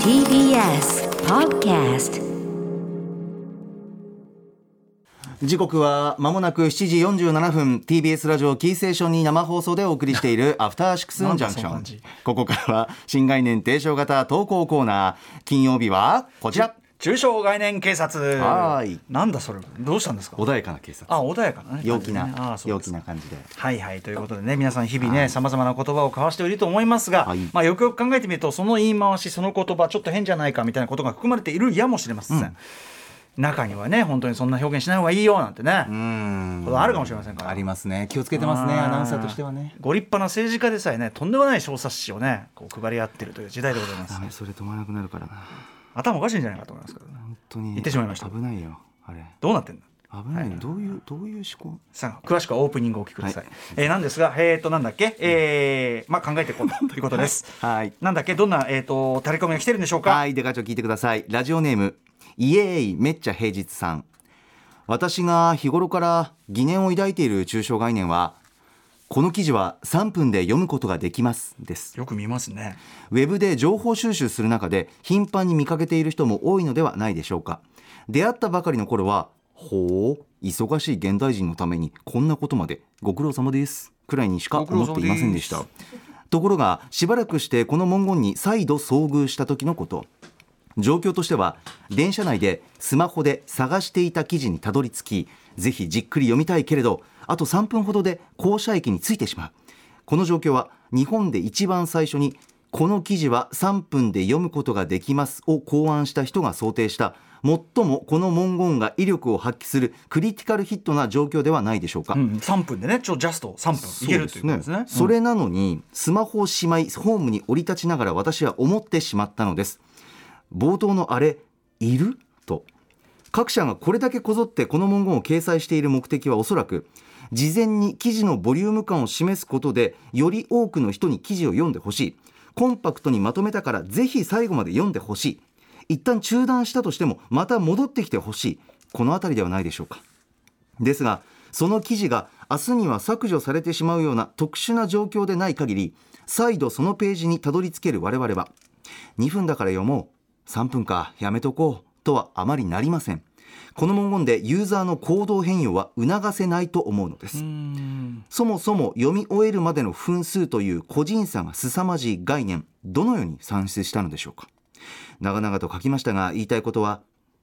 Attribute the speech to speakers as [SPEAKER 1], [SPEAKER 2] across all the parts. [SPEAKER 1] TBS Podcast
[SPEAKER 2] 時刻はまもなく7時47分 TBS ラジオキーステーションに生放送でお送りしてい るアフターシックスジャンクシ
[SPEAKER 3] な
[SPEAKER 2] ョ
[SPEAKER 3] んだその
[SPEAKER 2] ンここからは新概念提唱型投稿コーナー金曜日はこちら
[SPEAKER 3] 中小概念警察
[SPEAKER 2] はーい
[SPEAKER 3] なんだそれどうしたんですか
[SPEAKER 2] 穏やかな警察
[SPEAKER 3] あ穏やかなね
[SPEAKER 2] 陽気
[SPEAKER 3] 感じでねあ
[SPEAKER 2] な
[SPEAKER 3] そう
[SPEAKER 2] 陽
[SPEAKER 3] です
[SPEAKER 2] 気な感じで
[SPEAKER 3] はいはいということでね皆さん日々ねさまざまな言葉を交わしていると思いますが、
[SPEAKER 2] はい
[SPEAKER 3] まあ、よくよく考えてみるとその言い回しその言葉ちょっと変じゃないかみたいなことが含まれているやもしれません、中にはね本当にそんな表現しない方がいいよなんてね、
[SPEAKER 2] うん
[SPEAKER 3] ことあるかもしれませんから
[SPEAKER 2] ありますね気をつけてますねアナウンサーとしてはね
[SPEAKER 3] ご立派な政治家でさえねとんでもない小冊子をねこう配り合ってるという時代でございます
[SPEAKER 2] ダメそれ止まらなくなるからな
[SPEAKER 3] 頭おかしいんじゃないかと思いますけどね
[SPEAKER 2] 本当に
[SPEAKER 3] 言ってしまいました
[SPEAKER 2] 危ないよあれ
[SPEAKER 3] どうなってんだ
[SPEAKER 2] 危ないよどういうどういう思考
[SPEAKER 3] さあ詳しくはオープニングをお聞きください、
[SPEAKER 2] は
[SPEAKER 3] えーなんですがえっ、となんだっけえーまあ考えていこ うということです
[SPEAKER 2] はい
[SPEAKER 3] なんだっけどんなえっ、とタレコミが来てるんでしょうか
[SPEAKER 2] はい、でかちょ聞いてください。ラジオネーム、イエーイ、めっちゃ平日さん。私が日頃から疑念を抱いている抽象概念は、この記事は3分で読むことができますです。
[SPEAKER 3] よく見ますね
[SPEAKER 2] ウェブで情報収集する中で頻繁に見かけている人も多いのではないでしょうか。出会ったばかりの頃は、ほう、忙しい現代人のためにこんなことまでご苦労様です。くらいにしか思っていませんでした
[SPEAKER 3] ご苦。
[SPEAKER 2] ところが、しばらくしてこの文言に再度遭遇した時のこと。状況としては電車内でスマホで探していた記事にたどり着きぜひじっくり読みたいけれどあと3分ほどで降車駅に着いてしまうこの状況は日本で一番最初にこの記事は3分で読むことができますを考案した人が想定した最もこの文言が威力を発揮するクリティカルヒットな状況ではないでしょうか、
[SPEAKER 3] うん、3分でねちょジャスト3分いけるということですね
[SPEAKER 2] それなのに、スマホをしまいホームに降り立ちながら私は思ってしまったのです冒頭のあれいると各社がこれだけこぞってこの文言を掲載している目的はおそらく事前に記事のボリューム感を示すことでより多くの人に記事を読んでほしいコンパクトにまとめたからぜひ最後まで読んでほしい一旦中断したとしてもまた戻ってきてほしいこの辺りではないでしょうかですがその記事が明日には削除されてしまうような特殊な状況でない限り再度そのページにたどり着ける我々は2分だから読もう3分かやめとこうとはあまりなりませんこの文言でユーザーの行動変容は促せないと思うのです
[SPEAKER 3] うん
[SPEAKER 2] そもそも読み終えるまでの分数という個人差が凄まじい概念どのように算出したのでしょうか長々と書きましたが言いたいことは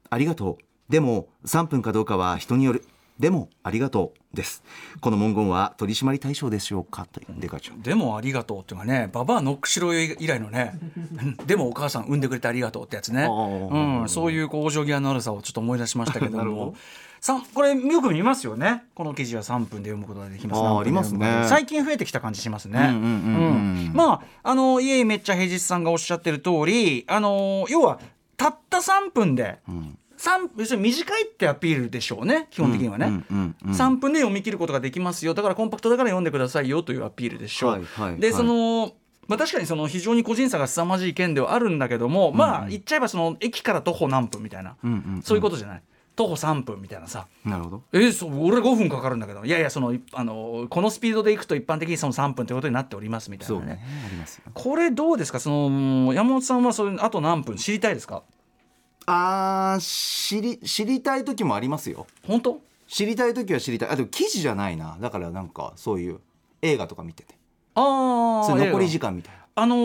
[SPEAKER 2] ありがとうでも3分かどうかは人によるでもありがとうですこの文言は取締り対象でしょうかというデカ長
[SPEAKER 3] でもありがとうっていうのがねババアノックシロ以来のね でもお母さん産んでくれてありがとうってやつね、
[SPEAKER 2] あー
[SPEAKER 3] うん、そういうこう往生際の悪さをちょっと思い出しましたけ ど
[SPEAKER 2] なるほ
[SPEAKER 3] も
[SPEAKER 2] ど
[SPEAKER 3] さんこれよく見ますよねこの記事は3分で読むことができます
[SPEAKER 2] あー
[SPEAKER 3] 何分で
[SPEAKER 2] ありますね
[SPEAKER 3] 読むことができる最近増えてきた感じしますね、
[SPEAKER 2] うんうんうんうん
[SPEAKER 3] うんまああの家めっちゃ平日さんがおっしゃってる通りあの要はたった3分で、三要するに短いってアピールでしょうね基本的にはね、
[SPEAKER 2] うんうんうんうん
[SPEAKER 3] 3分で読み切ることができますよだからコンパクトだから読んでくださいよというアピールでしょう、
[SPEAKER 2] はいはい
[SPEAKER 3] で
[SPEAKER 2] はい
[SPEAKER 3] そのまあ、確かにその非常に個人差が凄まじい件ではあるんだけども、まあ言っちゃえばその駅から徒歩何分みたいな、
[SPEAKER 2] うんうんうん
[SPEAKER 3] そういうことじゃない徒歩3分みたいなさ
[SPEAKER 2] なるほど
[SPEAKER 3] えーそう俺5分かかるんだけどいやいやそのあのこのスピードで行くと一般的にその3分ということになっておりますみたい
[SPEAKER 2] そ
[SPEAKER 3] な
[SPEAKER 2] うね
[SPEAKER 3] ね
[SPEAKER 2] ありますよ
[SPEAKER 3] これどうですかその山本さんはそれあと何分知りたいですか
[SPEAKER 2] あー知り知りたい時もありますよ
[SPEAKER 3] 本当
[SPEAKER 2] 知りたい時は知りたいあでも記事じゃないなだからなんかそういう映画とか見てて
[SPEAKER 3] ああ
[SPEAKER 2] それ残り時間みたいな
[SPEAKER 3] あの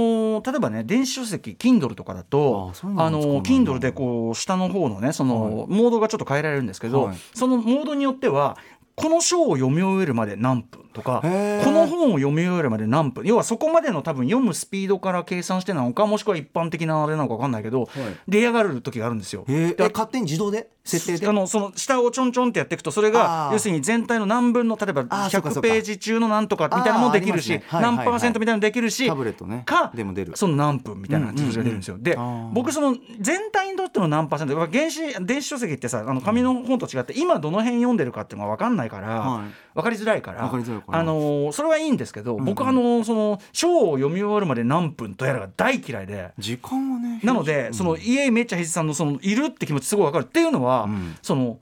[SPEAKER 3] ー例えばね電子書籍 Kindle とかだと
[SPEAKER 2] あそうなんですか
[SPEAKER 3] のー Kindle でこう下の方のねその、モードがちょっと変えられるんですけど、
[SPEAKER 2] はい
[SPEAKER 3] そのモードによってはこの章を読み終えるまで何分とかこ
[SPEAKER 2] へー
[SPEAKER 3] の本を読み終えるまで何分要はそこまでの多分読むスピードから計算してなのかもしくは一般的なあれなのか分かんないけど、出上がる時があるんですよ。
[SPEAKER 2] え
[SPEAKER 3] で
[SPEAKER 2] え勝手に自動で設定で
[SPEAKER 3] あのその下をちょんちょんってやっていくとそれが
[SPEAKER 2] あー
[SPEAKER 3] 要するに全体の何分の例えば
[SPEAKER 2] あーそうかそ
[SPEAKER 3] 100
[SPEAKER 2] うか
[SPEAKER 3] ページ中のなんとかみたいなのもできるし、
[SPEAKER 2] あーありますねはいはい
[SPEAKER 3] 何
[SPEAKER 2] はい
[SPEAKER 3] パーセントみたいなのできるし
[SPEAKER 2] タブレットね
[SPEAKER 3] か
[SPEAKER 2] でも出る
[SPEAKER 3] その何分みたいな数字が出るんですよ、で
[SPEAKER 2] あー
[SPEAKER 3] 僕その全体にとっての何パーセントやっぱ原子電子書籍ってさあの紙の本と違って今どの辺読んでるかっていうのが分かんないから、
[SPEAKER 2] はい
[SPEAKER 3] 分かりづらいから
[SPEAKER 2] 分かりづらいから
[SPEAKER 3] あのーそれはいいんですけど、僕あのーその章を読み終わるまで何分とやらが大嫌いで。
[SPEAKER 2] 時間はね
[SPEAKER 3] なので、その家めっちゃひじさんのそのいるって気持ちすごいわかるっていうのは、
[SPEAKER 2] ん
[SPEAKER 3] その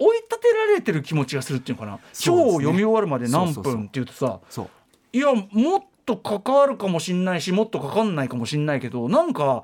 [SPEAKER 3] 追い立てられてる気持ちがするっていうのかな、
[SPEAKER 2] そう
[SPEAKER 3] 章
[SPEAKER 2] ですね
[SPEAKER 3] を読み終わるまで何
[SPEAKER 2] そうそうそう
[SPEAKER 3] 分って言うとさ
[SPEAKER 2] そう
[SPEAKER 3] いやもっと関わるかもしんないしもっとかかんないかもしんないけどなんか、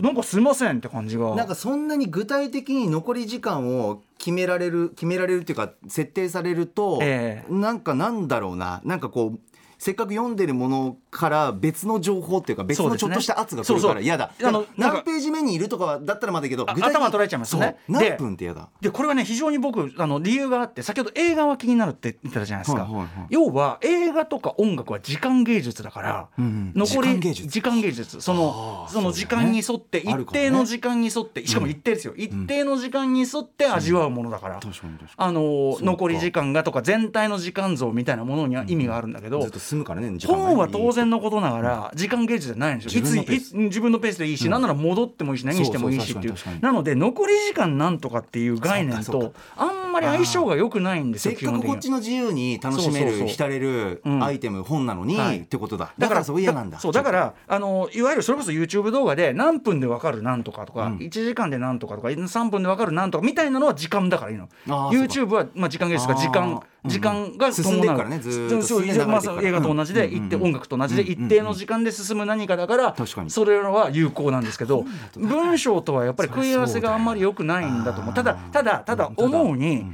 [SPEAKER 3] なんかすいませんって感じが
[SPEAKER 2] なんかそんなに具体的に残り時間を決められる決められるっていうか設定されると、
[SPEAKER 3] ええ
[SPEAKER 2] なんかなんだろうななんかこうせっかく読んでるものから別の情報っていうか別
[SPEAKER 3] そう
[SPEAKER 2] の
[SPEAKER 3] です
[SPEAKER 2] ち
[SPEAKER 3] ね
[SPEAKER 2] ょっとした圧が来る
[SPEAKER 3] そう
[SPEAKER 2] か
[SPEAKER 3] そ
[SPEAKER 2] ら
[SPEAKER 3] う
[SPEAKER 2] 嫌だ
[SPEAKER 3] あのなんか
[SPEAKER 2] 何ページ目にいるとかだったらまだいいけど
[SPEAKER 3] あ
[SPEAKER 2] 具体的に
[SPEAKER 3] 頭捉えちゃいますね
[SPEAKER 2] そう
[SPEAKER 3] で
[SPEAKER 2] 何分って嫌だ
[SPEAKER 3] でこれはね非常に僕あの理由があって先ほど映画は気になるって言ってたじゃないですか、
[SPEAKER 2] はいはいはい
[SPEAKER 3] 要は映画とか音楽は時間芸術だから、
[SPEAKER 2] うんうん
[SPEAKER 3] 残り
[SPEAKER 2] 時間芸術
[SPEAKER 3] 芸術その
[SPEAKER 2] あー
[SPEAKER 3] その
[SPEAKER 2] そ
[SPEAKER 3] 時
[SPEAKER 2] うだよ
[SPEAKER 3] 間
[SPEAKER 2] ね
[SPEAKER 3] に沿って
[SPEAKER 2] ある
[SPEAKER 3] 一
[SPEAKER 2] からね
[SPEAKER 3] 定の時間に沿ってしかも一定ですよ、一定の時間に沿って味わうものだから、
[SPEAKER 2] 確かに確か
[SPEAKER 3] あのー
[SPEAKER 2] そうか
[SPEAKER 3] 残り時間がとか全体の時間像みたいなものには意味があるんだけど、
[SPEAKER 2] にずっと進むからね時間がね
[SPEAKER 3] 本は当然のことながら時間芸術じゃないんですよ
[SPEAKER 2] 自分のペー
[SPEAKER 3] いつい自分のペースでいいし、なんなら戻ってもいいし何してもいいしっていう
[SPEAKER 2] そうそう確かに確か
[SPEAKER 3] なので残り時間なんとかっていう概念
[SPEAKER 2] そうかそう
[SPEAKER 3] とあんまり相性が良くないんです
[SPEAKER 2] せ
[SPEAKER 3] よ
[SPEAKER 2] っ
[SPEAKER 3] 基
[SPEAKER 2] か
[SPEAKER 3] 本
[SPEAKER 2] く
[SPEAKER 3] 的に
[SPEAKER 2] こっ
[SPEAKER 3] は
[SPEAKER 2] ちの自由に楽しめ
[SPEAKER 3] そうそうそう
[SPEAKER 2] る浸れる
[SPEAKER 3] うん
[SPEAKER 2] アイテム本なのに
[SPEAKER 3] はい
[SPEAKER 2] ってことだだからそう嫌なんだ
[SPEAKER 3] そうだからあのいわゆるそれこそ YouTube 動画で何分でわかるなんとかとか、
[SPEAKER 2] うん
[SPEAKER 3] 1時間でなんとかとか3分でわかるなんとかみたいなのは時間だからいいの
[SPEAKER 2] あー
[SPEAKER 3] YouTube は、まあ、時間ですから時
[SPEAKER 2] あー
[SPEAKER 3] 間
[SPEAKER 2] うん
[SPEAKER 3] 時間が伴う
[SPEAKER 2] 進んでいくからねずーっと
[SPEAKER 3] そう
[SPEAKER 2] 進んで流れていくから
[SPEAKER 3] まあそう映画と同じで、
[SPEAKER 2] うんうんうん
[SPEAKER 3] 一定音楽と同じで
[SPEAKER 2] うんうんうん
[SPEAKER 3] 一定の時間で進む何かだから、
[SPEAKER 2] 確かに
[SPEAKER 3] それらは有効なんですけど文章とはやっぱり
[SPEAKER 2] そりゃ
[SPEAKER 3] 食い合わせがあんまり良くないんだと思うただただただ思うに、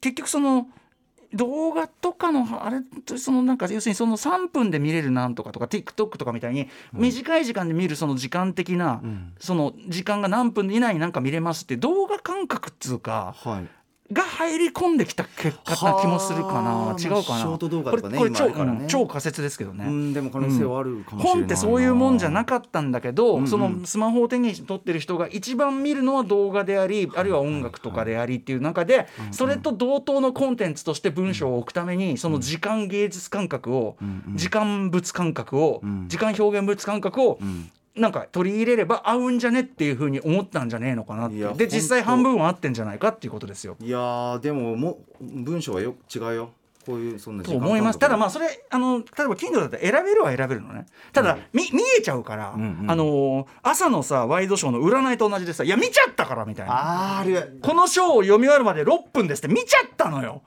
[SPEAKER 3] 結局その動画とかのあれとそのなんか要するにその3分で見れるなんとかとか TikTok とかみたいに短い時間で見るその時間的な、
[SPEAKER 2] ん
[SPEAKER 3] その時間が何分以内になんか見れますって動画感覚っつうか
[SPEAKER 2] はい
[SPEAKER 3] が入り込んできた結果な気もするか
[SPEAKER 2] はあ
[SPEAKER 3] な違うか
[SPEAKER 2] まあ
[SPEAKER 3] な
[SPEAKER 2] ショート動画
[SPEAKER 3] こと
[SPEAKER 2] かね
[SPEAKER 3] れこれ
[SPEAKER 2] 今
[SPEAKER 3] 超,、
[SPEAKER 2] あるからね
[SPEAKER 3] うん超仮説ですけどね。
[SPEAKER 2] うんでも可能性はあるかもしれない
[SPEAKER 3] 本ってそういうもんじゃな
[SPEAKER 2] っ
[SPEAKER 3] かったんだけど、
[SPEAKER 2] うんうん
[SPEAKER 3] そのスマホを手に取ってる人が一番見るのは動画でありあるいは音楽とかでありっていう中で、それと同等のコンテンツとして文章を置くためにその時間芸術感覚を、
[SPEAKER 2] んうん
[SPEAKER 3] 時間物感覚を、
[SPEAKER 2] うん
[SPEAKER 3] 時間表現物感覚を、
[SPEAKER 2] ん
[SPEAKER 3] なんか取り入れれば合うんじゃねっていうふうに思ったんじゃねえのかなって
[SPEAKER 2] いや
[SPEAKER 3] で実際
[SPEAKER 2] ほん
[SPEAKER 3] 半
[SPEAKER 2] と
[SPEAKER 3] 分は合ってんじゃないかっていうことですよ。
[SPEAKER 2] いやーでももう文章はよ違うよこういうそんな時
[SPEAKER 3] と
[SPEAKER 2] 間
[SPEAKER 3] 思いますただ
[SPEAKER 2] あ
[SPEAKER 3] まあそれあの例えば Kindle だったら選べるは選べるのねただ、み見えちゃうから、
[SPEAKER 2] んうん
[SPEAKER 3] あのー朝のさワイドショーの占いと同じでさ「いや見ちゃったから」みたい
[SPEAKER 2] あー
[SPEAKER 3] な
[SPEAKER 2] あれ
[SPEAKER 3] 「このショーを読み終わるまで6分です」って見ちゃったのよ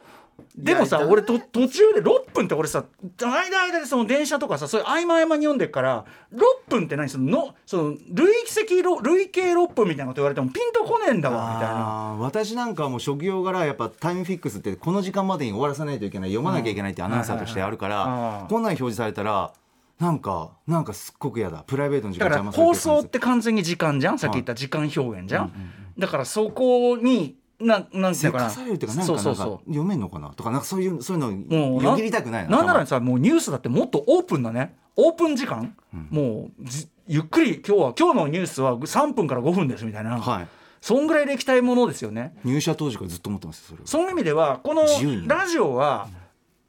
[SPEAKER 3] でも
[SPEAKER 2] い
[SPEAKER 3] さ
[SPEAKER 2] やだ
[SPEAKER 3] 俺と途中で6分って俺さ間間でその電車とかさそういう合間合間に読んでるから6分って何そののその累積ろ累計6分みたいなこと言われてもピンとこねえんだわみたいな。
[SPEAKER 2] あー私なんかはもう職業柄やっぱタイムフィックスってこの時間までに終わらさないといけない読まなきゃいけないってアナウンサーとしてあるか
[SPEAKER 3] はいはいはいあ
[SPEAKER 2] ら
[SPEAKER 3] ー
[SPEAKER 2] こんなん表示されたらなんかなんかすっごく嫌だプライベートの時間
[SPEAKER 3] だか
[SPEAKER 2] 邪
[SPEAKER 3] ら
[SPEAKER 2] 魔されて
[SPEAKER 3] 放
[SPEAKER 2] る感
[SPEAKER 3] 送
[SPEAKER 2] じ
[SPEAKER 3] って完全に時間じゃんさっき言った時間表現じゃん、だからそこにななんてい
[SPEAKER 2] せ
[SPEAKER 3] うのか
[SPEAKER 2] か
[SPEAKER 3] な
[SPEAKER 2] されるっていうかなんか
[SPEAKER 3] そうそ
[SPEAKER 2] な
[SPEAKER 3] う
[SPEAKER 2] んか
[SPEAKER 3] そ
[SPEAKER 2] 読めんのかなとかなんかそういうそういう
[SPEAKER 3] うも
[SPEAKER 2] の
[SPEAKER 3] う
[SPEAKER 2] よぎりたくない
[SPEAKER 3] なんなら
[SPEAKER 2] 頭
[SPEAKER 3] さもうニュースだってもっとオープンだねオープン時間、もうじゆっくり今日は今日のニュースは3分から5分ですみたいな、
[SPEAKER 2] はい
[SPEAKER 3] そんぐらい歴代ものですよね
[SPEAKER 2] 入社当時からずっと思ってますよそれは
[SPEAKER 3] その意味ではこの
[SPEAKER 2] 自由に
[SPEAKER 3] ラジオは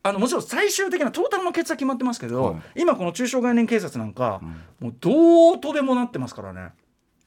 [SPEAKER 3] あのもちろん最終的なトータルの決は決まってますけど、
[SPEAKER 2] はい
[SPEAKER 3] 今この中小概念警察なんか、もうどうとでもなってますからね。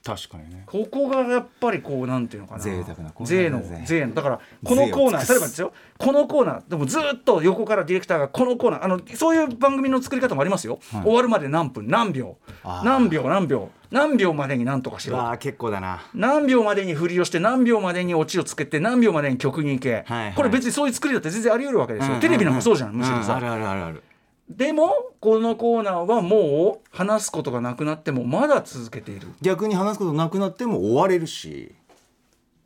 [SPEAKER 2] 確かにね
[SPEAKER 3] ここがやっぱりこうなんていうのかな
[SPEAKER 2] 贅沢なコーナー
[SPEAKER 3] 税の
[SPEAKER 2] だね
[SPEAKER 3] 税のだからこのコー
[SPEAKER 2] 税を尽く
[SPEAKER 3] ナー
[SPEAKER 2] す
[SPEAKER 3] 例えばですよこのコーナーでもずっと横からディレクターがこのコーナーあのそういう番組の作り方もありますよ、
[SPEAKER 2] い
[SPEAKER 3] 終わるまで何分何秒
[SPEAKER 2] あー
[SPEAKER 3] 何秒何秒何秒までに何とかし
[SPEAKER 2] う
[SPEAKER 3] ろ
[SPEAKER 2] わー結構だな
[SPEAKER 3] 何秒までに振りをして何秒までにオチをつけて何秒までに曲に行け、
[SPEAKER 2] はいはい
[SPEAKER 3] これ別にそういう作りだって全然あり得るわけですよ、
[SPEAKER 2] うん
[SPEAKER 3] テレビなんかそうじゃん、
[SPEAKER 2] うん
[SPEAKER 3] むしろさ、
[SPEAKER 2] うんあるあるあるある
[SPEAKER 3] でもこのコーナーはもう話すことがなくなってもまだ続けている
[SPEAKER 2] 逆に話すことなくなっても終われるし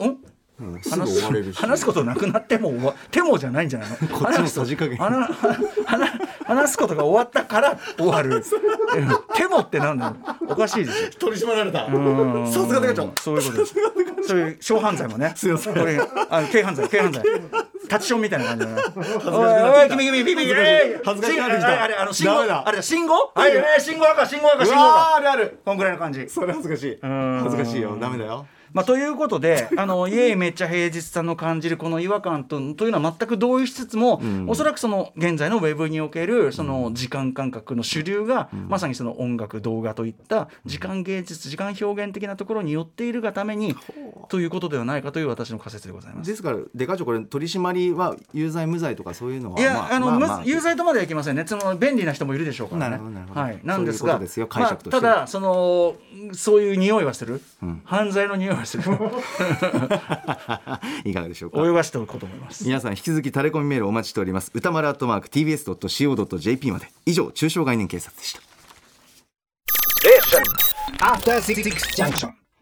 [SPEAKER 3] ん
[SPEAKER 2] うんすぐ
[SPEAKER 3] 話
[SPEAKER 2] 終
[SPEAKER 3] す
[SPEAKER 2] われるし
[SPEAKER 3] 話すことなくなっても終わてもじゃないんじゃないの
[SPEAKER 2] こっちのさじ加減
[SPEAKER 3] 話す話話すことが終わったから終わるうんてもってなんだよおかしいですよ
[SPEAKER 2] 取り締まられた
[SPEAKER 3] うん
[SPEAKER 2] さすがでかちゃん
[SPEAKER 3] そういうことですそういう小犯罪もね
[SPEAKER 2] すいません
[SPEAKER 3] これあの軽犯罪軽犯罪タッチションみたいな感じだなおいおい君君君君
[SPEAKER 2] 恥ずかしくなってきた恥ずかしくなってきた
[SPEAKER 3] えいあれあの信号
[SPEAKER 2] ダメだ
[SPEAKER 3] あれ信号はいえい信号赤信号赤信号赤
[SPEAKER 2] あるある
[SPEAKER 3] こんぐらいの感じ
[SPEAKER 2] それ恥ずかしい
[SPEAKER 3] ん
[SPEAKER 2] 恥ずかしいよダメだよ
[SPEAKER 3] まあ、ということで「あのイエイめっちゃ平日さん」の感じるこの違和感とというのは全く同意しつつも、おそらくその現在のウェブにおけるその時間感覚の主流が、まさにその音楽動画といった時間芸術時間表現的なところに寄っているがためにということではないかという私の仮説でございます。
[SPEAKER 2] ですからデカチョこれ取り締まりは有罪無罪とかそういうのはい
[SPEAKER 3] や、
[SPEAKER 2] ま
[SPEAKER 3] あ、の、
[SPEAKER 2] ま
[SPEAKER 3] ま
[SPEAKER 2] ま
[SPEAKER 3] ず有罪とまではいきませんね。その便利な人もいるでしょうからね。
[SPEAKER 2] なるほどなるほど
[SPEAKER 3] はい、なんです
[SPEAKER 2] そういうこ
[SPEAKER 3] が、
[SPEAKER 2] とですよ解
[SPEAKER 3] まあ、
[SPEAKER 2] 釈として
[SPEAKER 3] ただ、その、そういう匂いはする。犯罪の匂いは ましたね
[SPEAKER 2] いかがでしょうか
[SPEAKER 3] 泳がしておこうと思います
[SPEAKER 2] 皆さん引き続きタレコミメールお待ちしております歌丸アットマーク TBS.CO.JP まで以上中小概念警察でした
[SPEAKER 4] After Six Junction.